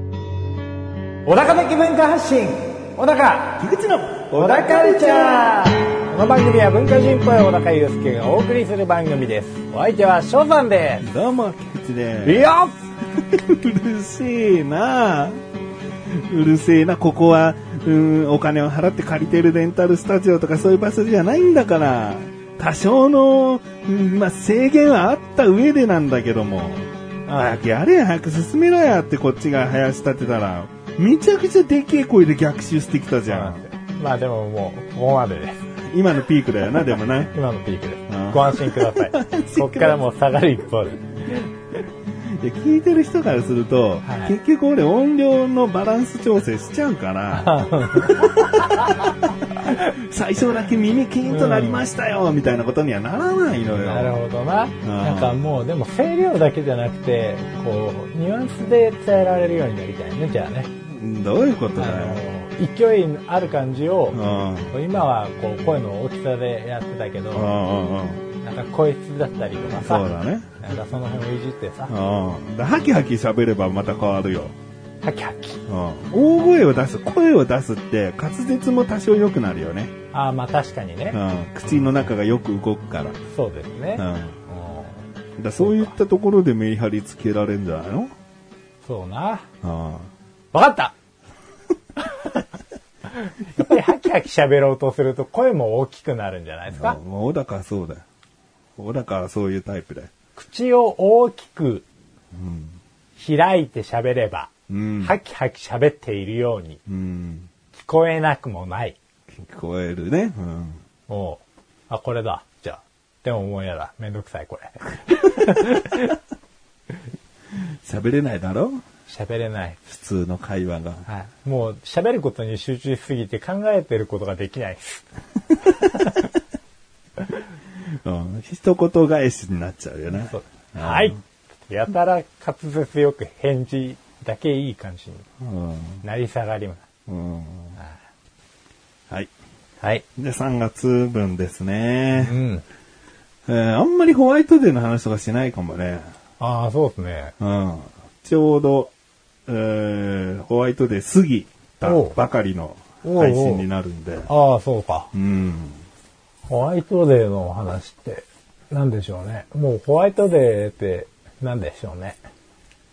小高的文化発信小高菊池の小高カルチャーこの番組は文化人っぽい小高祐介がお送りする番組ですお相手は翔さんでどうも菊池すいでやすうるせえなうるせえなここはうんお金を払って借りてるレンタルスタジオとかそういう場所じゃないんだから多少の、うんまあ、制限はあった上でなんだけども早くやれや早く進めろやってこっちが林立てたらめちゃくちゃでけえ声で逆襲してきたじゃんまあでももうここまでです今のピークだよなでもな今のピークですうんご安心ください 安心くださいこっからもう下がる一方でで聞いてる人からすると、はい結局俺音量のバランス調整しちゃうから 最初だけ耳キーンとなりましたよ、みたいなことにはならないのよなるほどな。なんかもうでも声量だけじゃなくて、こう、ニュアンスで伝えられるようになりたいね、じゃあね。どういうこあとだよ、の、勢いある感じをう、ん今はこう声の大きさでやってたけどう、んうんうんなんか声質だったりとかさ、そうだねなんかその辺をいじってさう、んでハキハキ喋ればまた変わるよ、ハキハキ。うん、大声を出す声を出すって滑舌も多少良くなるよね、ああ、まあ確かにねう。ん、口の中がよく動くから,、そうですね。うん、だかうんらそういったところでメリハリつけられるんじゃないのそうな。うんわかったやっぱりハキハキ喋ろうとすると声も大きくなるんじゃないですかもう小高はそうだよ。小高はそういうタイプだよ。口を大きく開いて喋れば、うん。ハキハキ喋っているようにうん。聞こえなくもない。聞こえるね。うん。おうあ、これだ。じゃあ。でももうやだ。めんどくさい、これ。喋れないだろ喋れない。普通の会話が。はい。もう喋ることに集中しすぎて考えてることができないです。うん。一言返しになっちゃうよね。そううんはい。やたら滑舌よく返事だけいい感じにうん。なり下がります。うん。はい。はい。で、3月分ですうね。ん。えーあんまりホワイトデーの話とかしないかもね。ああ、そうですね。うん。ちょうど、えーホワイトデー過ぎたばかりの配信になるんで。ああ、そうか。うん。ホワイトデーのお話って何でしょうね。もうホワイトデーって何でしょうね。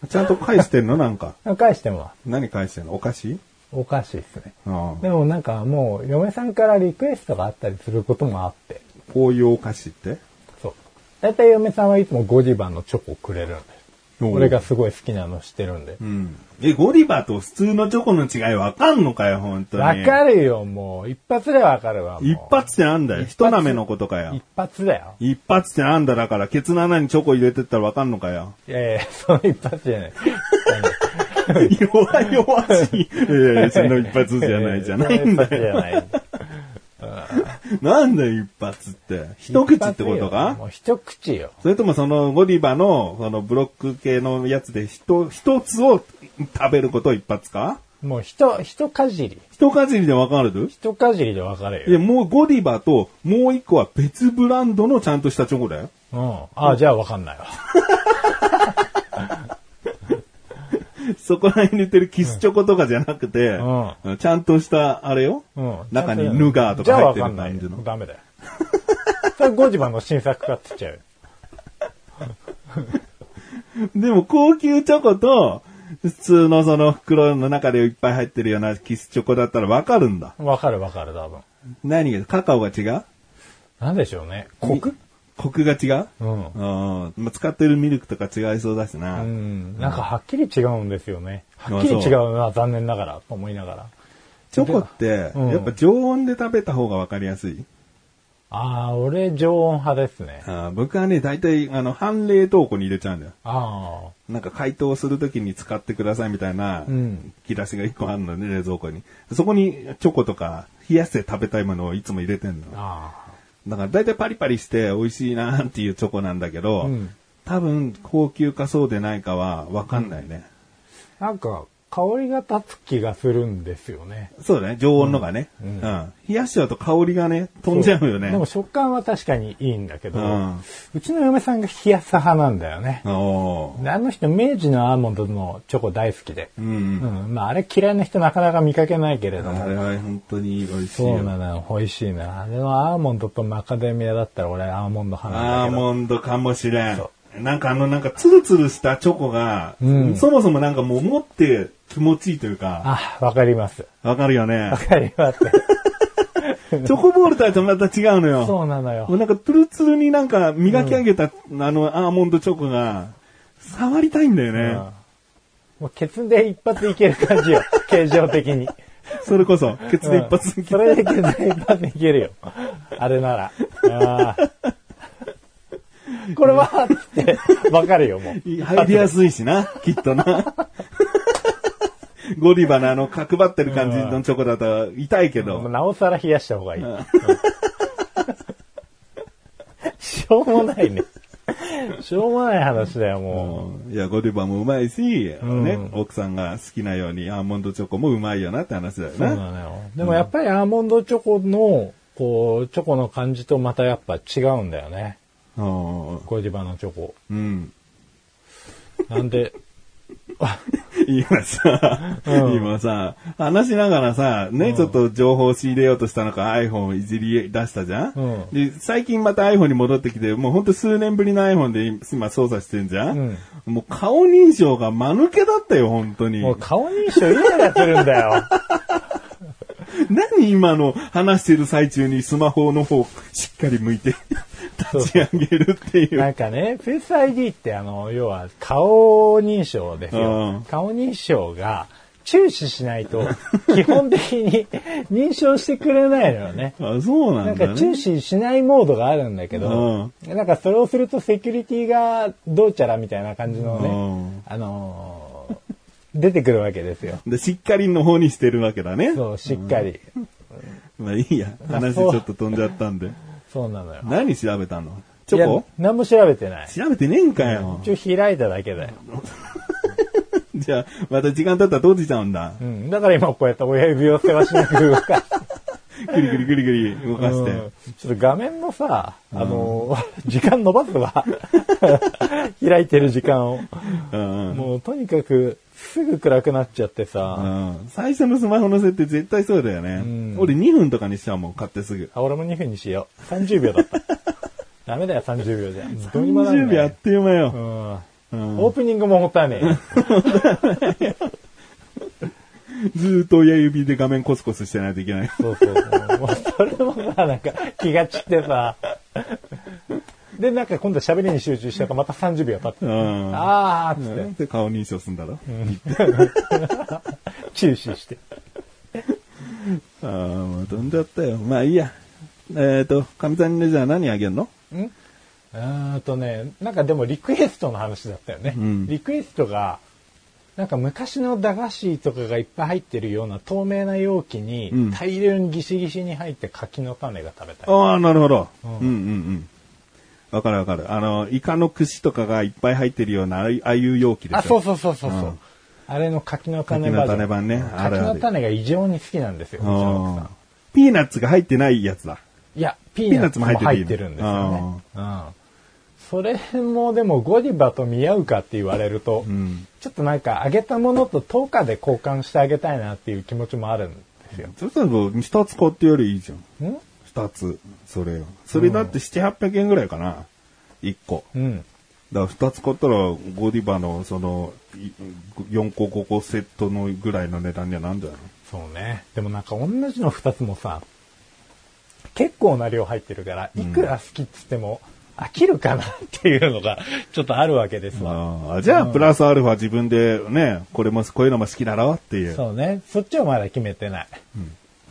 ちゃんと返してんのなんか。返しても何返してんのお菓子おかしいですね。うんでもなんかもう嫁さんからリクエストがあったりすることもあって。こういうお菓子ってそう。だいたい嫁さんはいつもゴディバのチョコをくれるんです。おう俺がすごい好きなのしてるんでう。ん。え、ゴディバと普通のチョコの違いわかんのかよ、本当に。わかるよ、もう。一発でわかるわ。もう一発ってなんだよ。一発一舐めのことかよ一。発だよ。一発ってなんだだから、ケツの穴にチョコ入れてったらわかんのか よ。いやいや、その一発じゃない。弱々 しい。いやいや、その一発じゃないじゃないん だその一発じゃよ。ない。なんだよ、一発って。一口ってことかもう一口よ。それともそのゴディバの、そのブロック系のやつで一、一つを食べることを一発かもう一、一かじり。一かじりでわかる一かじりで分かれいよ。や、もうゴディバと、もう一個は別ブランドのちゃんとしたチョコだよ。うん。ああ、じゃあ分かんないわ。そこら辺に売ってるキスチョコとかじゃなくて、うちゃんとした、あれよ、うん。中にヌガーとか入ってる感じじゃあ分かんないよの。ダメ だよ。それゴジバの新作買ってっちゃうよ。でも高級チョコと、普通のその袋の中でいっぱい入ってるようなキスチョコだったらわかるんだ。分かる分かる、多分。何が、カカオが違うなんでしょうね。コクコクが違ううんうんまあ使ってるミルクとか違いそうだしな。うん。なんかはっきり違うんですよね。うんはっきり違うな、残念ながら、と思いながら。チョコって、うんやっぱ常温で食べた方がわかりやすい。ああ、俺、常温派ですね。あー僕はね、大体、あの、半冷凍庫に入れちゃうんだよ。あなんか解凍するときに使ってくださいみたいなうん、引き出しが一個あるのね、冷蔵庫に。そこにチョコとか、冷やして食べたいものをいつも入れてんあ。の。あだから大体パリパリして美味しいなっていうチョコなんだけど、うん多分高級かそうでないかはわかんないね。あ。なんか、香りが立つ気がするんですよね。そうだね、常温のがね。うん。冷やしちゃうと香りがね、飛んじゃうよね。でも食感は確かにいいんだけど、ううんちの嫁さんが冷やさ派なんだよね。おーであの人、明治のアーモンドのチョコ大好きで。うんう。ん。まあ、あれ嫌いな人なかなか見かけないけれどあも。れは本当に美味しいそうよ。なの、美味しいな。あれはアーモンドとマカデミアだったら俺アーモンド派アなんーだけど。モンドかもしれんそ。なんかあのなんかツルツルしたチョコが、うんそもそもなんかもう持って気持ちいいというか、あ、わかります。わかるよねわ。かります。チョコボールとはまた違うのよ。そうなのよも。うなんかツルツルになんか磨き上げた、あのアーモンドチョコが、触りたいんだよね。うんもうケツで一発いける感 じよ。形状的に。それこそ、ケツで一発うでんそれでケツで一発いけるよ。あれなら。あーこれは、つって、わかるよ、もう。入りやすいしな、きっとな。ゴディバのあの角張ってる感じのチョコだと痛いけもうど。なおさら冷やした方がいい。うんしょうもないね。しょうもない話だよ、もいや、ゴディバもうまいし、んね、奥さんが好きなようにアーモンドチョコもうまいよなって話だよう。そうな。なのよ。でもやっぱりアーモンドチョコの、こう、チョコの感じとまたやっぱ違うんだよね。うんゴディバのチョコ。うん。なんで、 今さ、うん今さ、話しながらさ、ね、ちょっと情報を仕入れようとしたのか iPhone をいじり出したじゃん、うで、最近また iPhone に戻ってきて、もうほんと数年ぶりの iPhone で今操作してんじゃん、もう顔認証が間抜けだったよ、本当に。もう顔認証イライラするんだよ。 何今の話してる最中にスマホの方しっかり 向いて立ち上げるっていう。なんかね、フェイス ID ってあの、要は顔認証ですうんよ。顔認証が注視しないと基本的に認証してくれないのよね。あそうななんんだ、ね。か注視しないモードがあるんだけど、なんかそれをするとセキュリティがどうちゃらみたいな感じのね、あのー出てくるわけですよ。で、しっかりの方にしてるわけだね。そう、しっかり。まあいいや。話ちょっと飛んじゃったんで。そうなのよ。何調べたのチョいやコ何も調べてない。調べてねえんかよ。一応開いただけだよ。じゃあ、また時間経ったら閉じちゃうんだう。ん。だから今こうやって親指をせわしなく動かしてぐりぐりぐりぐり動かして。うんちょっと画面のさ、あの ー、時間伸ばすわ。 開いてる時間を。うんうんもうとにかく、すぐ暗くなっちゃってさ。うん最初のスマホの設定絶対そうだよね。俺2分とかにしちゃうもん、買ってすぐ。あ、俺も2分にしよう。30秒だ った。ダメだよ、30秒じゃ。どうにもなん30ない秒あっという間よ。うん。オープニングももったいねえ。ずーっと親指で画面コツコツしてないといけない。そうそうそう。もうそれもさ、なんか気が散ってさ。で、なんか今度喋りに集中したからまた30秒経って。うん。あーっつって。で、顔認証すんだろ。注視して。ああ、もう飛んじゃったよ。まあいいや。えっと、かみさんにじゃあ何あげんのうーんとね、なんかでもリクエストの話だったよね。んリクエストが、なんか昔の駄菓子とかがいっぱい入ってるような透明な容器うんに大量にギシギシに入って柿の種が食べたい。ああ、なるほど。うんうんうん。わかるわかる。あの、イカの串とかがいっぱい入ってるような、ああいうああいう容器でしょ。あ、そうそうそうそうそう、うんあれの柿の種バージョン柿の種版ねあるある柿の種が異常に好きなんですよ。うちの奥さあーピーナッツが入ってないやつだ。んいや、ピーーナナッッツツもも入ってていい入ってるのんですよね。うん。それもでもゴディバと見合うかって言われると、んちょっとなんかあげたものと10日で交換してあげたいなっていう気持ちもあるんですよ。そしたらこう、二つ買ってよりいいじゃん。ん二つ。それよ。それだって七八百円ぐらいかな。一個。うん。だから2つ買ったらゴディバのそのい4個5個セットのぐらいの値段にはなんじゃないそうね。でもなんか同じの2つもさ、結構な量入ってるから、いくら好きっつっても飽きるかなっていうのがちょっとあるわけですわ。ああじゃあプラスアルファ自分でねこれもこういうのも好きだろっていうそうね。そっちはまだ決めてない。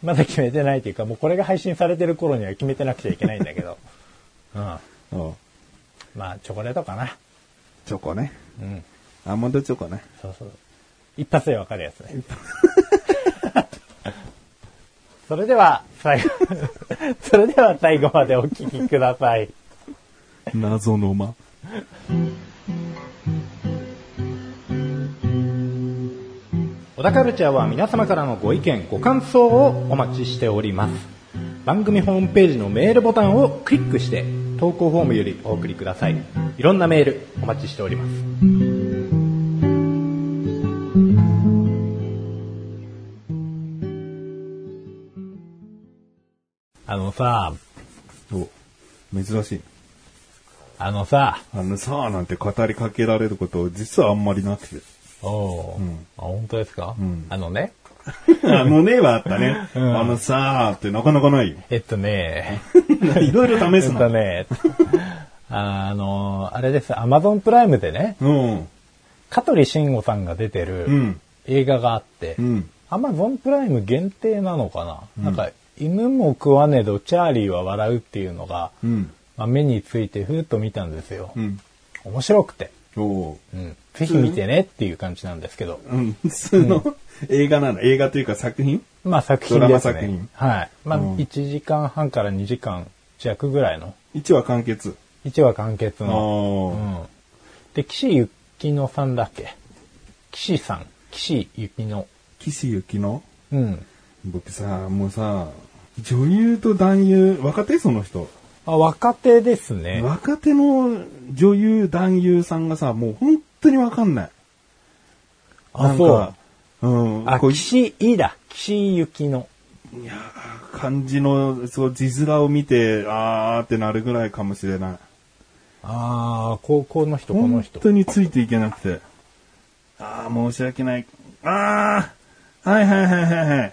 まだ決めてないというか、もうこれが配信されてる頃には決めてなくちゃいけないんだけど。 うん。うんまあ、チョコレートかな。チョコねうん。アーモンドチョコねそうそう。一発でわかるやつ ね。それでは、最後、 それでは最後までお聞きください。謎の間小田カルチャーは皆様からのご意見、ご感想をお待ちしております。番組ホームページのメールボタンをクリックして、投稿フォームよりお送りください。いろんなメールお待ちしております。あのさ、お、珍しい。あのさ、あのさあなんて語りかけられること、実はあんまりな くて。おう、あ、本当ですか、んあのね、あのねはあったね。あのさあってなかなかないよ。えっと ね、いろいろ試すだな。ね。 あの、あれです、アマゾンプライムでね、 うん。香取慎吾さんが出てうるん。映画があってう、ん。アマゾンプライム限定なのかな、なんか、犬も食わねどチャーリーは笑うっていうのが、うん。まあ、目についてふーっと見たんですよう。ん。面白くて、おう。うん、ぜひ見てねっていう感じなんですけど、うん。普通の映画なの。映画というか作品まあ作品ドラでマす作ね品。はい。まあうん1時間半から2時間弱ぐらいの、一話完結。 1話完結あの、あ。うんで、岸ゆきのさんだっけ岸さん。岸ゆきの。岸由紀のうん。僕さ、もうさ、女優と男優、若手その人。あ、若手ですね。若手の女優、男優さんがさ、もう本当にわかんない。なあ、んそうか。うん。あ、こう岸いだ。岸ゆきの。いやー漢字の、そう、字面を見て、あーってなるぐらいかもしれない。ああ、高校の人、この本人。当についていけなくて。あー、申し訳ない。あー、はいはいはいはいはい。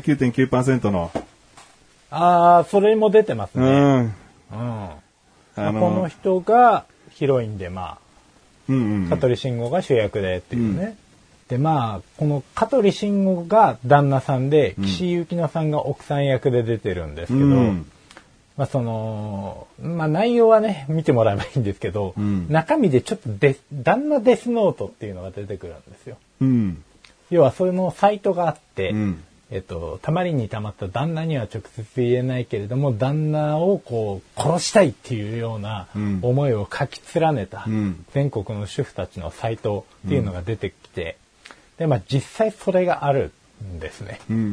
99.9%の。ああ、それも出てますうね。ん。うん。まああこのの、人がヒロインで、まうんあ、うん。香取慎吾が主役でっていうね。で、まあ、この香取慎吾が旦那さんで、岸ゆきのさんが奥さん役で出てるんですけど、うん。まあその、まあ内容はね、見てもらえばいいんですけど、うん中身でちょっとデス旦那デスノートっていうのが出てくるんですよ。うん。要はそれのサイトがあって、うんえっと、たまりにたまった旦那には直接言えないけれども、旦那をこう、殺したいっていうようなうん思いを書き連ねたうん、全国の主婦たちのサイトっていうのが出てきて、で、まあ実際それがあるんですね。うんうんう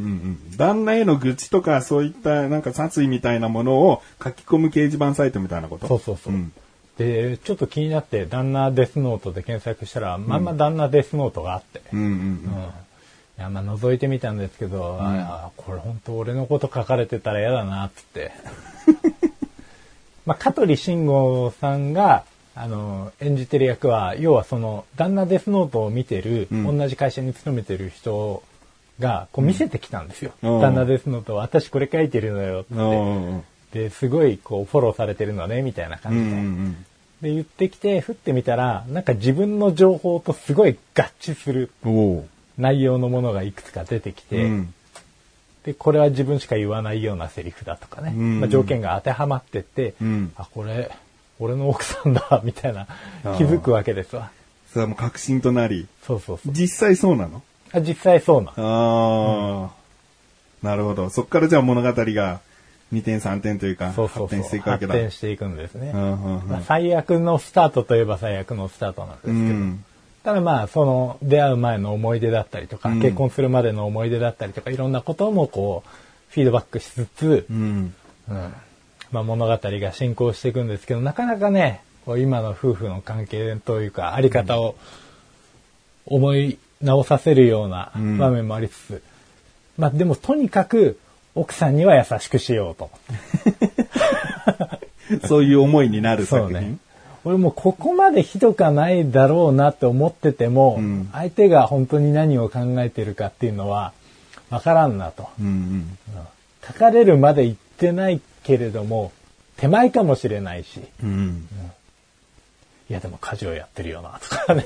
ん。旦那への愚痴とか、そういった、なんか殺意みたいなものを書き込む掲示板サイトみたいなことそうそうそう。んで、ちょっと気になって、旦那デスノートで検索したら、まんま旦那デスノートがあって、うんうんうん。いや、まあ、覗いてみたんですけど、あーこれ本当俺のこと書かれてたら嫌だな、つっ て。まあ、香取慎吾さんが、あの、演じてる役は、要はその、旦那デスノートを見てる、うん同じ会社に勤めてる人が、こう見せてきたんですよ。うん旦那デスノートは、私これ書いてるのよ、うん。おーで、すごい、こう、フォローされてるのね、みたいなう感んうじで。んで、言ってきて、振ってみたら、なんか自分の情報とすごい合致するうん。おー内容のものがいくつか出てきて、うんで、これは自分しか言わないようなセリフだとかね、うんまあ、条件が当てはまってって、うんあ、これ、俺の奥さんだ、みたいな、気づくわけですわ。それはもう確信となり、そうそうそう。実際そうなのあ実際そうなの。ああ、なるほど。そっからじゃあ物語が2点3点というか、そうそう発そう。展していくわけ発だ。展していくんですね。うんうんうんまあ最悪のスタートといえば最悪のスタートなんですけうど、ん。ただまあ、その、出会う前の思い出だったりとか、うん結婚するまでの思い出だったりとか、いろんなこともこう、フィードバックしつつ、うん。うんまあ物語が進行していくんですけど、なかなかね、こう今の夫婦の関係というか、あり方を思い直させるようなうん場面もありつつ、まあでもとにかく、奥さんには優しくしようと思って。そういう思いになるそう作ね品。。俺もうここまでひどくはないだろうなって思ってても、うん相手が本当に何を考えてるかっていうのはわからんなと。うん書かれるまで言ってないけれども、手前かもしれないし、うん。うん。いやでも家事をやってるよなとか ね、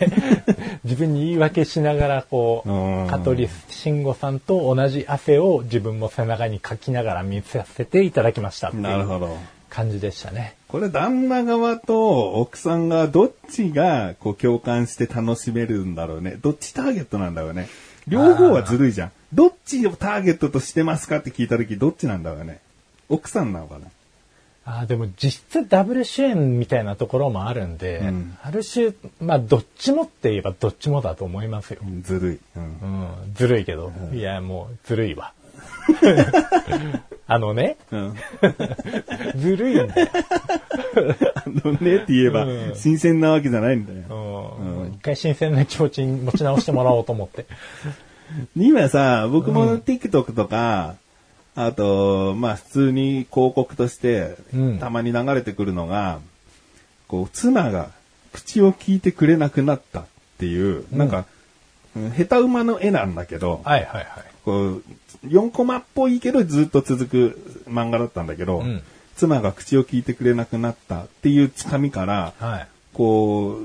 自分に言い訳しながらこうんう、香取慎吾さんと同じ汗を自分も背中にかきながら見させていただきましたっていなるほうど。感じでしたね。これ旦那側と奥さん側どっちがこう共感して楽しめるんだろうね。どっちターゲットなんだろうね。両方はずるいじゃん。どっちをターゲットとしてますかって聞いた時どっちなんだろうね。奥さんなのかな。あーでも実質ダブル主演みたいなところもあるんで、うんある種、まあどっちもって言えばどっちもだと思いますよ。うんずるい。うんうん、ずるいけど、いやもうずるい わ。あのね、うん、ずるいんだよ。あのねって言えば、うん新鮮なわけじゃないんだよ。うん一回新鮮な気持ちに持ち直してもらおうと思って。今さ、僕も TikTok とか、あと、まあ普通に広告としてうん、たまに流れてくるのが、こう、妻が口を聞いてくれなくなったっていう、なんか、うん下手馬の絵なんだけど、はいはいはい。こう、4コマっぽいけどずっと続く漫画だったんだけど、うん妻が口を聞いてくれなくなったっていうつかみから、はい。こう、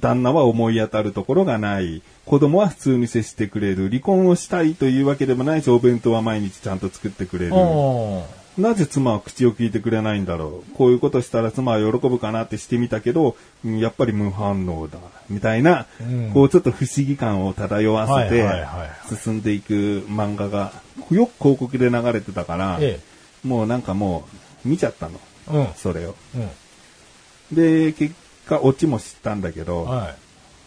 旦那は思い当たるところがない。子供は普通に接してくれる。離婚をしたいというわけでもないし、お弁当は毎日ちゃんと作ってくれる。おーなぜ妻は口を聞いてくれないんだろう。こういうことしたら妻は喜ぶかなってしてみたけど、うんやっぱり無反応だ。みたいな、うんこうちょっと不思議感を漂わせはいはいはいはて、進んでいく漫画が、よく広告で流れてたから、えもうなんかもう、見ちゃったの。え。うん。それを。うで、結果、オチも知ったんだけん。ど、は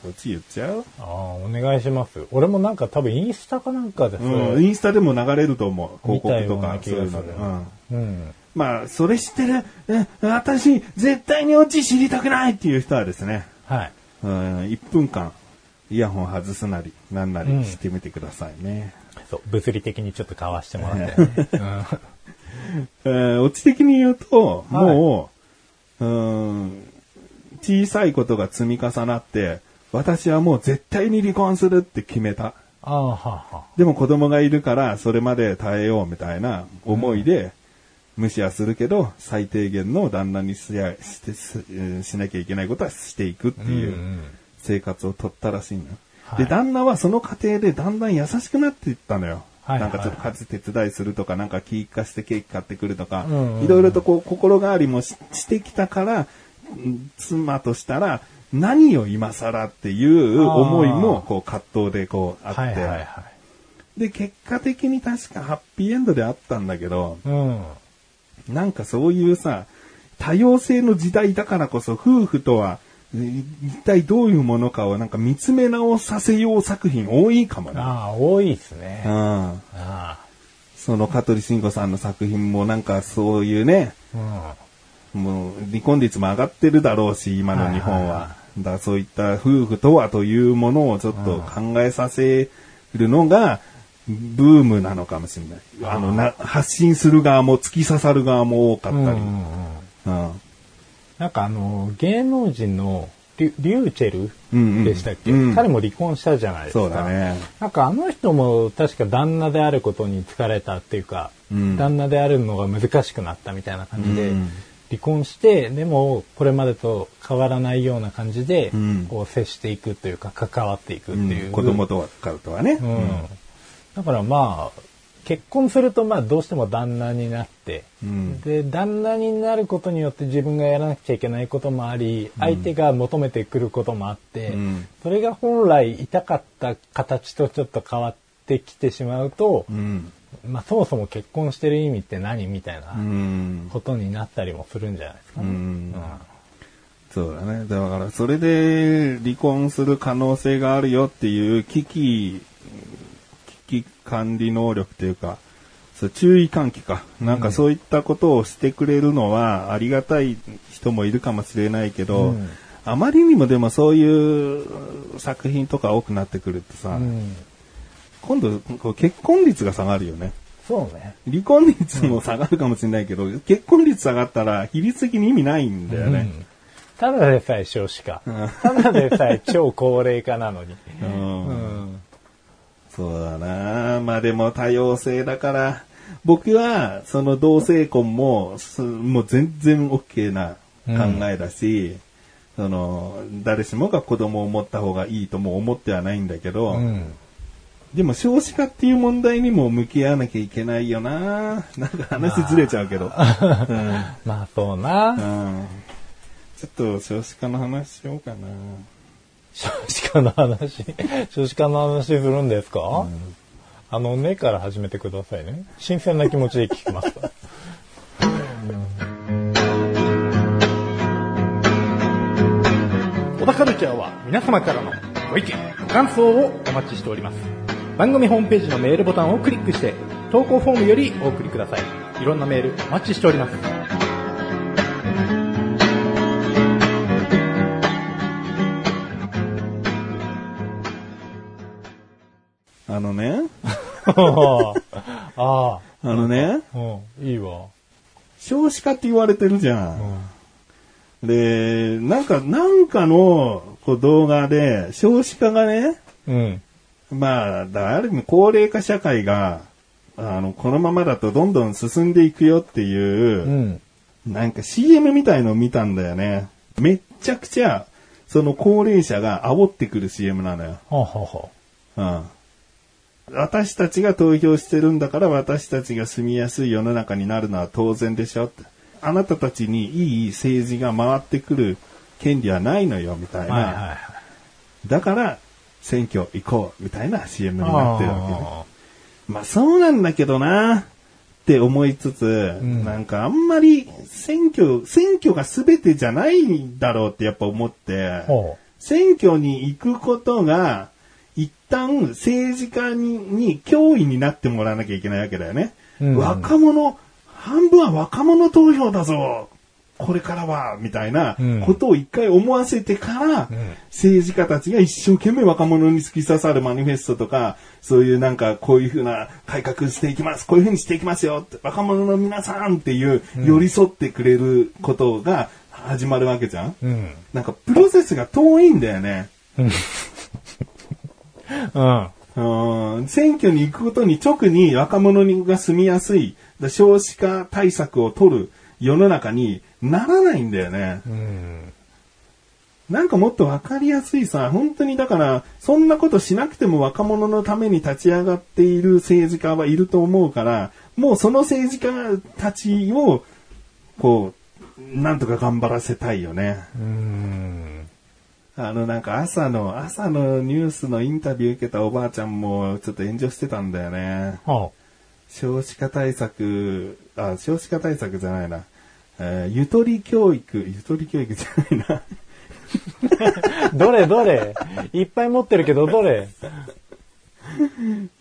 い。オチ言っちゃうああ、お願いします。俺もなんか多分インスタかなんかでさ、うん、インスタでも流れると思う。見広たよ告とうなか、気そうがいすうるので。うん。うん。まあ、それ知ってる、うん私、絶対にオチ知りたくないっていう人はですね、はい。うん、1分間、イヤホン外すなり、なんなうんりしてみてくださいね。そう、物理的にちょっとかわしてもらったよね。うんえーオチ的に言うと、はいもう、うん、小さいことが積み重なって、私はもう絶対に離婚するって決めた。ああ、はあはでも子供がいるから、それまで耐えようみたいな思いで、無視はするけど、最低限の旦那にしやしてすえーしなきゃいけないことはしていくってあ。いんううん生活を取ったらしいのよ。はいで、旦那はその過程でだんだん優しくなっていったのよ。はいなんかちょっと家事手伝いするとか、なんか気化してケーキ買ってくるとかうんうんう、んいろいろとこう心変わりもししてきたから、うん妻としたら何を今更っていう思いも、こう葛藤でこうあって、はいはいはい。で、結果的に確かハッピーエンドであったんだけど、うん。なんかそういうさ、多様性の時代だからこそ夫婦とは、えー一体どういうものかをなんか見つめ直させよう作品多いかもな。ああ、多いですね。あうん。あ。その香取慎吾さんの作品もなんかそういうね、うん。もう離婚率も上がってるだろうし、今の日本はいはいは。だからそういった夫婦とはというものをちょっと考えさせるのが、ブームなのかもしれない。あのな、発信する側も突き刺さる側も多かったり。うんうんうんうんなんかあの、芸能人のリュリューチェうんうルんでしたっけ、うん彼も離婚したじゃないですか。そうだね。なんかあの人も確か旦那であることに疲れたっていうか、うん旦那であるのが難しくなったみたいな感じで、うん離婚して、でもこれまでと変わらないような感じで、うんこう接していくというか関わっていくっていう。うん子供とは、からとはね。うんだからまあ、結婚するとまあどうしても旦那になって、うんで、旦那になることによって自分がやらなくちゃいけないこともあり、相手が求めてくることもあって、うんそれが本来痛かった形とちょっと変わってきてしまうとう、ん。。まあそもそも結婚してる意味って何みたいうなんことになったりもするんじゃないですかね。うんうんそうだね。だから、それで離婚する可能性があるよっていう危機、危機管理能力というか、そう注意喚起か。なんかそういったことをしてくれるのはありがたい人もいるかもしれないけうど、んあまりにもでもそういう作品とか多くなってくるとさ、うん今度こう結婚率が下がるよね。そうね。離婚率も下がるかもしれないけど、結婚率下がったら比率的に意味ないんだよね。うんただでさえ少子化。ただでさえ超高齢化なのに。うんうんそうだなまあでも多様性だから、僕はその同性婚も、すもう全然 OK な考えだし、その、誰しもが子供を持った方がいいとも思ってはないんだけど、うんでも少子化っていう問題にも向き合わなきゃいけないよななんか話ずれちゃうけど。うんまあそうな。うんちょっと少子化の話しようかな。少子化の話、少子化の話するんですか、あの、ねから始めてくださいね。新鮮な気持ちで聞きますから。 小田カルチャーは皆様からのご意見、ご感想をお待ちしております。番組ホームページのメールボタンをクリックして、投稿フォームよりお送りください。いろんなメールお待ちしており ます。あのね、ああ、あのね、うん、いいわ。少子化って言われてるじゃ。うんん。で、なんか、なんかのこう動画で、少子化がね、うん。まあ、だからある意味高齢化社会が、あの、このままだとどんどん進んでいくよっていう、うん。なんか CM みたいのを見たんだよね。めっちゃくちゃ、その高齢者が煽ってくる CM なのよ。はあ、はうん。私たちが投票してるんだから私たちが住みやすい世の中になるのは当然でしょって。あなたたちにいい政治が回ってくる権利はないのよ、みたいあ、な。はいはいはい。だから、選挙行こう、みたいな CM になってるわけね。あまあそうなんだけどなって思いつつ、んなんかあんまり選挙、選挙が全てじゃないんだろうってやっぱ思ってー、ほ選挙に行くことが、一旦政治家にに脅威になってもらわなきゃいけないわけだよね。うん若者、半分は若者投票だぞこれからはみたいなうんことを一回思わせてから、ん政治家たちが一生懸命若者に突き刺さるマニフェストとか、そういうなんかこういうふうな改革していきます、こういうふうにしていきますよって、若者の皆さんっていう寄り添ってくれることが始まるわけじゃんう。うん。なんかプロセスが遠いんだよね。うん。うん、選挙に行くことに直に若者が住みやすい、だ少子化対策を取る世の中にならないんだよね。うん。なんかもっとわかりやすいさ、本当にだから、そんなことしなくても若者のために立ち上がっている政治家はいると思うから、もうその政治家たちを、こう、なんとか頑張らせたいよね。うん。あのなんか朝の、朝のニュースのインタビュー受けたおばあちゃんもちょっと炎上してたんだよね。は少子化対策、あ、少子化対策じゃないな。えーゆとり教育、ゆとり教育じゃない な。あ。どれどれいっぱい持ってるけど、どれ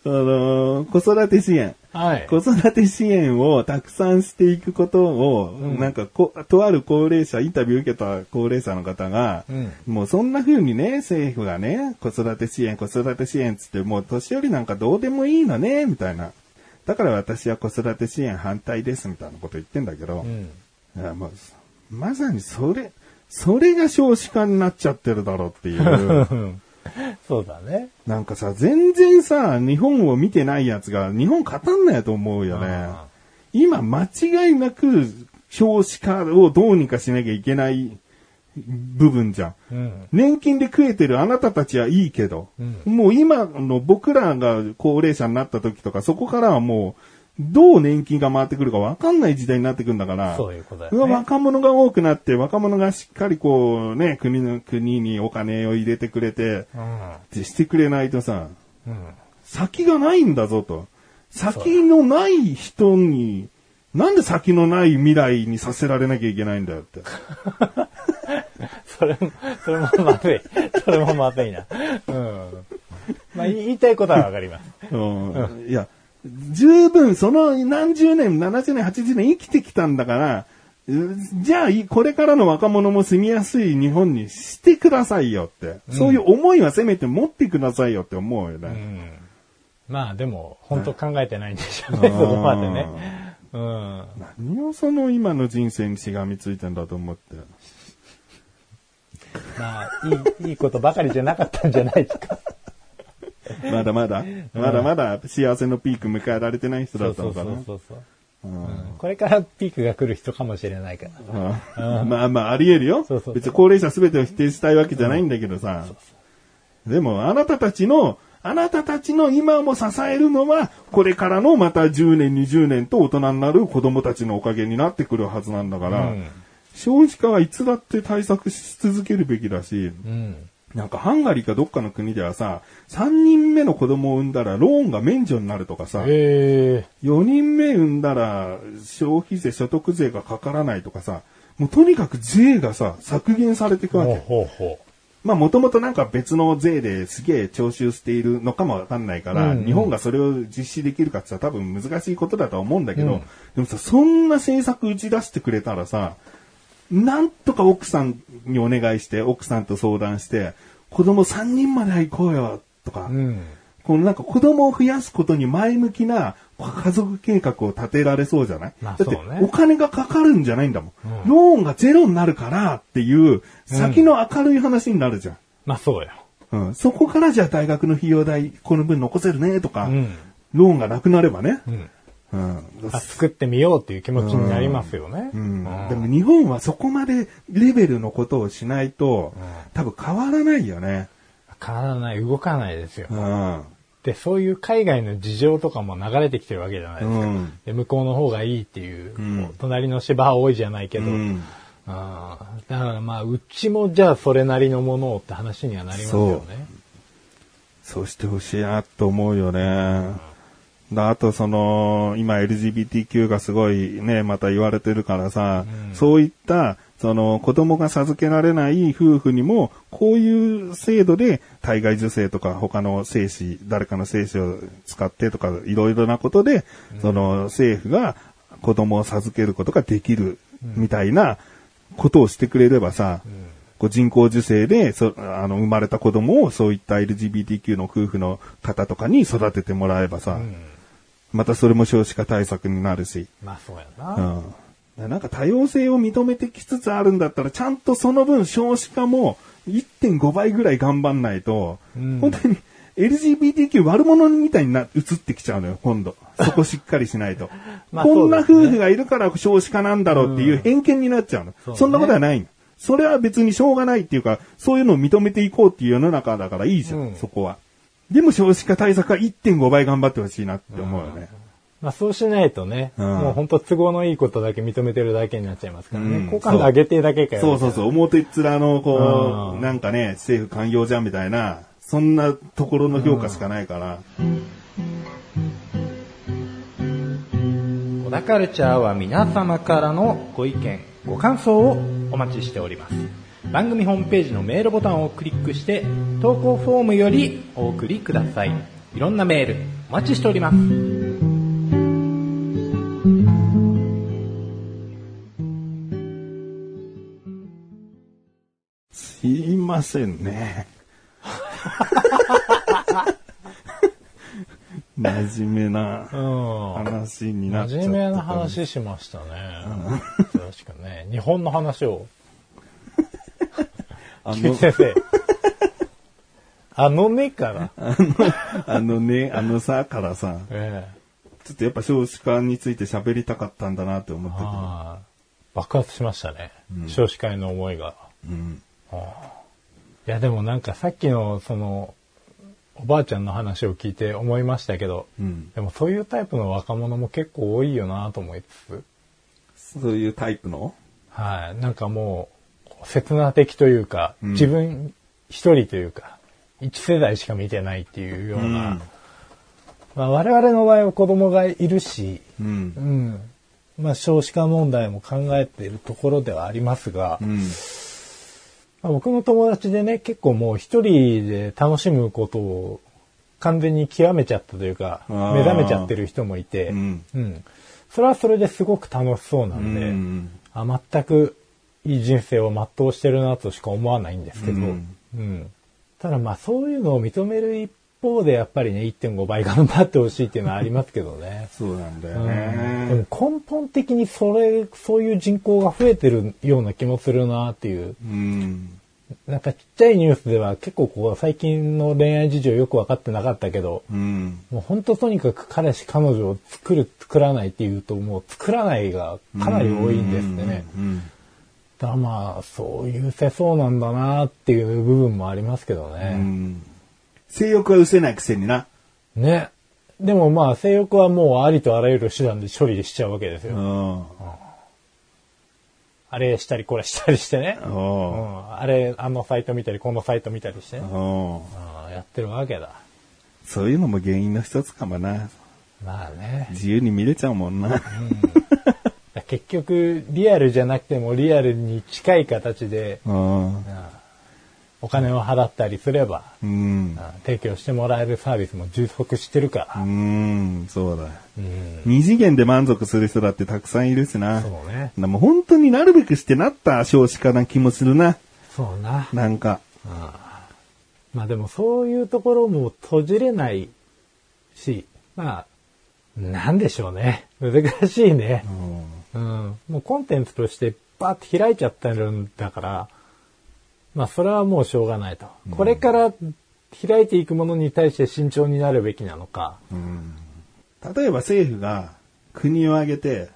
あのー子育て支援。はい子育て支援をたくさんしていくことを、なんかこ、とある高齢者、インタビュー受けた高齢者の方が、うんもうそんな風にね、政府がね、子育て支援、子育て支援っつって、もう年寄りなんかどうでもいいのね、みたいな。だから私は子育て支援反対です、みたいなこと言ってんだけど、うん。いやまあまさにそれ、それが少子化になっちゃってるだろうっていう。 そうだね。なんかさ、全然さ、日本を見てないやつが日本語んないと思うよね。今、間違いなく少子化をどうにかしなきゃいけない部分じゃん。うん。年金で食えてるあなたたちはいいけど、うんもう今の僕らが高齢者になった時とか、そこからはもう、どう年金が回ってくるかわかんない時代になってくるんだから、そういうことだうわよね。若者が多くなって、若者がしっかりこうね、国の、国にお金を入れてくれて、ってしてくれないとさ、うん。うん。先がないんだぞと。先のない人に、なんで先のない未来にさせられなきゃいけないんだよって。それも、それもまずい。それもまずいな。うん。まあ、い言いたいことはわかります。うん、いや、十分その何十年、70年、80年生きてきたんだから、うんじゃあいこれからの若者も住みやすい日本にしてくださいよって。そういう思いはせめて持ってくださいよって思うよね。うん。まあ、でも、本当考えてないんでしょうね、そこまでね。うん。何をその今の人生にしがみついてんだと思って。 まあ、いい、いいことばかりじゃなかったんじゃないですか。まだまだ、まだまだ幸せのピーク迎えられてない人そだうっそたのうそかうな。そうそう。うんこれからピークが来る人かもしれないから。うんまあまあ、あり得るよそうそう。別に高齢者全てを否定したいわけじゃないんだけどさ。でも、あなたたちの、あなたたちの今も支えるのは、これからのまた10年、20年と大人になる子供たちのおかげになってくるはずなんだから、うん少子化はいつだって対策し続けるべきだし、うん。なんかハンガリーかどっかの国ではさ、3人目の子供を産んだらローンが免除になるとかさ、ええ4人目産んだら消費税、所得税がかからないとかさ、もうとにかく税がさ、削減されていくわほうけ。ほうほまあもともとなんか別の税ですげえ徴収しているのかもわかんないから、日本がそれを実施できるかって言ったら多分難しいことだとは思うんだけど、でもさ、そんな政策打ち出してくれたらさ、なんとか奥さんにお願いして、奥さんと相談して、子供3人までは行こうよ、とか、うん。このなんか子供を増やすことに前向きな家族計画を立てられそうじゃない、まあだってそうねお金がかかるんじゃないんだもん。ローンがゼロになるからっていう先の明るい話になるじゃん。まあそうよ。うん、そこからじゃあ大学の費用代この分残せるねとか、うんローンがなくなればね。うん。うんあ作ってみようっていう気持ちになりますよね。うんでも日本はそこまでレベルのことをしないと、多分変わらないよね。変わらない、動かないですよう。ん。で、そういう海外の事情とかも流れてきてるわけじゃないうですか。ん。で向こうの方がいいっていう、うんこう隣の芝多いじゃないけうど、ん。あーだからまあ、うちもじゃあそれなりのものをって話にはなりますよね。そうしてほしいなと思うよね。だあとその、今 LGBTQ がすごいね、また言われてるからさ、そういった、その子供が授けられない夫婦にも、こういう制度で体外受精とか他の精子、誰かの精子を使ってとか、いろいろなことで、その政府が子供を授けることができるみたいなことをしてくれればさ、こう人工授精でそあの生まれた子供をそういった LGBTQ の夫婦の方とかに育ててもらえばさ、またそれも少子化対策になるし、まあそうやうな。ん、なんか多様性を認めてきつつあるんだったらちゃんとその分少子化も1.5倍ぐらい頑張んないと、うん本当に LGBTQ 悪者みたいにな移ってきちゃうのよ、今度。そこしっかりしないと。 まあこんなそうですね夫婦がいるから少子化なんだろうっていう偏見になっちゃうの。そうねそんなことはないの。それは別にしょうがないっていうか、そういうのを認めていこうっていう世の中だからいいじゃん、うんそこは。でも少子化対策は1.5倍頑張ってほしいなって思うよね。まあそうしないとね、うんもう本当都合のいいことだけ認めてるだけになっちゃいますからね。うん好感度上げてだけかよ。そうそうそう、表っ面の、こうう、んなんかね、政府寛容じゃんみたいな、そんなところの評価しかないから。小田カルチャーは皆様からのご意見、ご感想をお待ちしております。番組ホームページのメールボタンをクリックして、投稿フォームよりお送りください。いろんなメール、お待ちしております。すいませんね。 真面目う。なん話になっちゃっ真た。面目な。話しましたね。確かね。日本の話を。あ菊の池、先生。あのねから。あのね、あのさ、からさ、ええちょっとやっぱ少子化について喋りたかったんだなって思ってた。ああ爆発しましたね。少子化への思いが。うん。いや、でもなんかさっきの、その、おばあちゃんの話を聞いて思いましたけど、うん。でもそういうタイプの若者も結構多いよなと思いつつ、そういうタイプのはい、なんかもう、こう刹那的というか、うん自分一人というか、一世代しか見てないっていうような、うんまあ我々の場合は子供がいるし、うんう。ん、まあ少子化問題も考えているところではありますが、うん。まあ僕の友達でね、結構もう一人で楽しむことを完全に極めちゃったというか、あー目覚めちゃってる人もいて、うんそれはそれですごく楽しそうなんで、うんあ全くいい人生を全うしてるなとしか思わないんですけど、うん。うんただまあそういうのを認める一方でやっぱりね、1.5倍頑張ってほしいっていうのはありますけどねそうなんだうよんね。でも根本的にそれ、そういう人口が増えてるような気もするなっていう。うん。なんかちっちゃいニュースでは結構こう最近の恋愛事情よく分かってなかったけど、うん。もう本当とにかく彼氏彼女を作る作らないっていうともう作らないがかなり多いんですってね。うん。だからまあそういうせそうなんだなっていう部分もありますけどうね。ん。性欲は失せないくせにな。ね。でもまあ性欲はもうありとあらゆる手段で処理しちゃうわけですうよ。ん。あれしたりこれしたりしてね。うおん、あれあのサイト見たりこのサイト見たりしてねう。おううんやってるわけだ。そういうのも原因の一つかもな。まあね。自由に見れちゃうもんな。結局リアルじゃなくてもリアルに近い形でうん。お金を払ったりすれば、うん。あ提供してもらえるサービスも充足してるからう、ん、そうだ。うん、二次元で満足する人だってたくさんいるしな。そうね。でも本当になるべくしてなった少子化な気もするな。そうな。なんか。まあでもそういうところも閉じれないし、まあ、なんでしょうね。難しいね。うん。もうコンテンツとしてバーって開いちゃってるんだから、まあそれはもうしょうがないと。これから開いていくものに対して慎重になるべきなのか。例えば政府が国を挙げて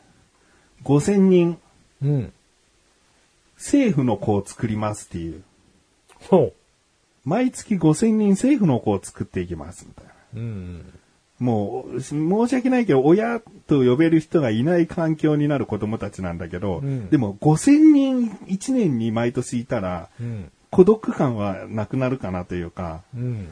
5000人うん。政府の子を作りますっていう。そ毎月5000人政府の子を作っていきますみたいな。う。うん。もう、申し訳ないけど、親と呼べる人がいない環境になる子供たちなんだけど、んでも5000人1年に毎年いたら、うん。孤独感はなくなるかなというか、うん。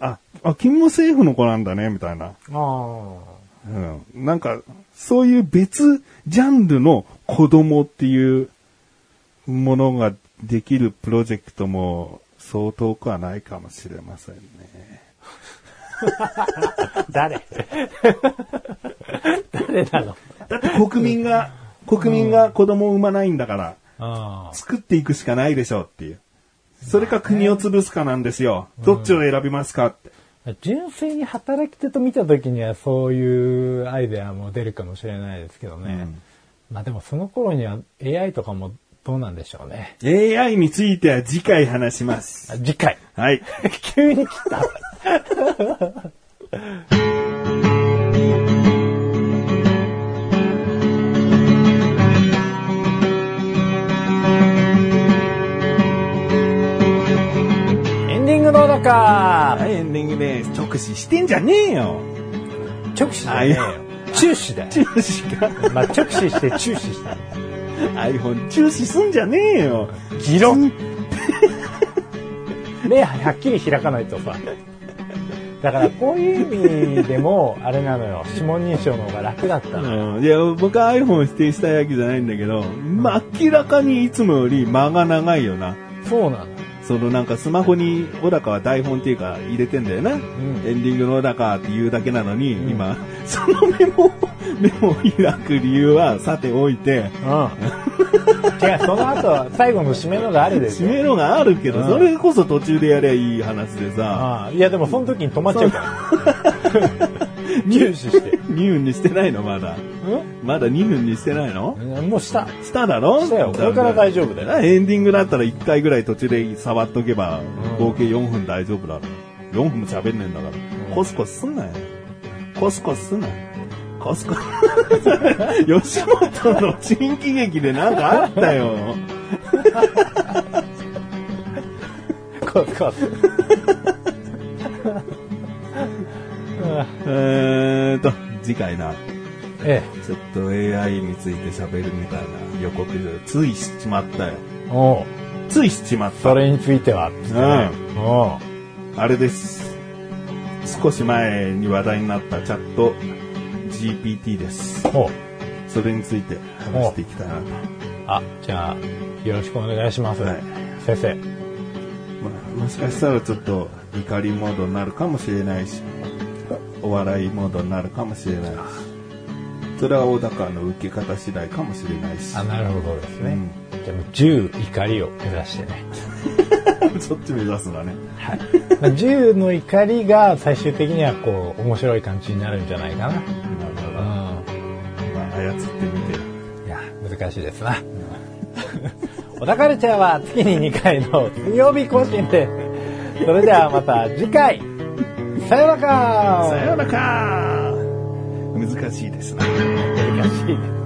あ、あ、君も政府の子なんだね、みたいな。あうん。なんか、そういう別ジャンルの子供っていうものができるプロジェクトも、そう遠くはないかもしれませんね。あ。誰誰なのだって国民が、国民が子供を産まないんだから、あ作っていくしかないでしょうっていう。それか国を潰すかなんですよ。どっちを選びますかって。あ。純粋に働き手と見た時にはそういうアイデアも出るかもしれないですけどね。まあでもその頃には AI とかもどうなんでしょうね。 AI については次回話します。あ次回。はい。 急に来た。エンディングどうだかはい、エンディングです。直視してんじゃねえよ。直視じゃねえよあいや。注視だよ。注視か。まあ、直視して注視した。 iPhone 注視すんじゃねえよ。議論。目はっきり開かないとさ。だからこういう意味でも、あれなのよ。指紋認証の方が楽だったの。うん、いや、僕は iPhone を否定したいわけじゃないんだけど、まあ、明らかにいつもより間が長いよな。そうなの。そのなんかスマホに小高は台本っていうか入れてんだよな。エンディングの小高って言うだけなのに、今、 そのメモ を、メモを開く理由はさておいて、うん。違う、その後、最後の締めのがあるです締よ。めのがあるけど、それこそ途中でやりゃいい話でさ、ああいや、でもその時に止まっちゃうから。 入手して。 2分にしてないのまだ。まだ2分にしてないのうんもうした。しただろしたよこれから大丈夫だ よエンディングだったら1回ぐらい途中で触っとけば、合計4分大丈夫だろ。4分も喋んねえんだから。コスコスすんなよ。コスコスすんなよ。コスコ ス。吉本の新喜劇でなんかあったよ。こうこうえーと、次回な、えちょっと AI について喋るみたいな予告で、ついしちまったよ。え。おうついしちまったそ。れについては。うおうあれです。少し前に話題になったチャット GPT です。おうそれについて話していきたいなと。あ、じゃあ、よろしくお願いします。はい先生。まあ、もしかしたらちょっと怒りモードになるかもしれないし、お笑いモードになるかもしれないし、それは小高の受け方次第かもしれないしあ、、なるほどですね。じゃあもう10怒りを目指してね。 そっち目指すだね。はい。まあ、10の怒りが最終的にはこう、面白い感じになるんじゃないかなるほど。な。うん。まあ、操ってみて。いや、難しいですな。小田カルチャーは月に2回の水曜日更新です。それではまた次回さよならかさようならか難しいですね。難しいね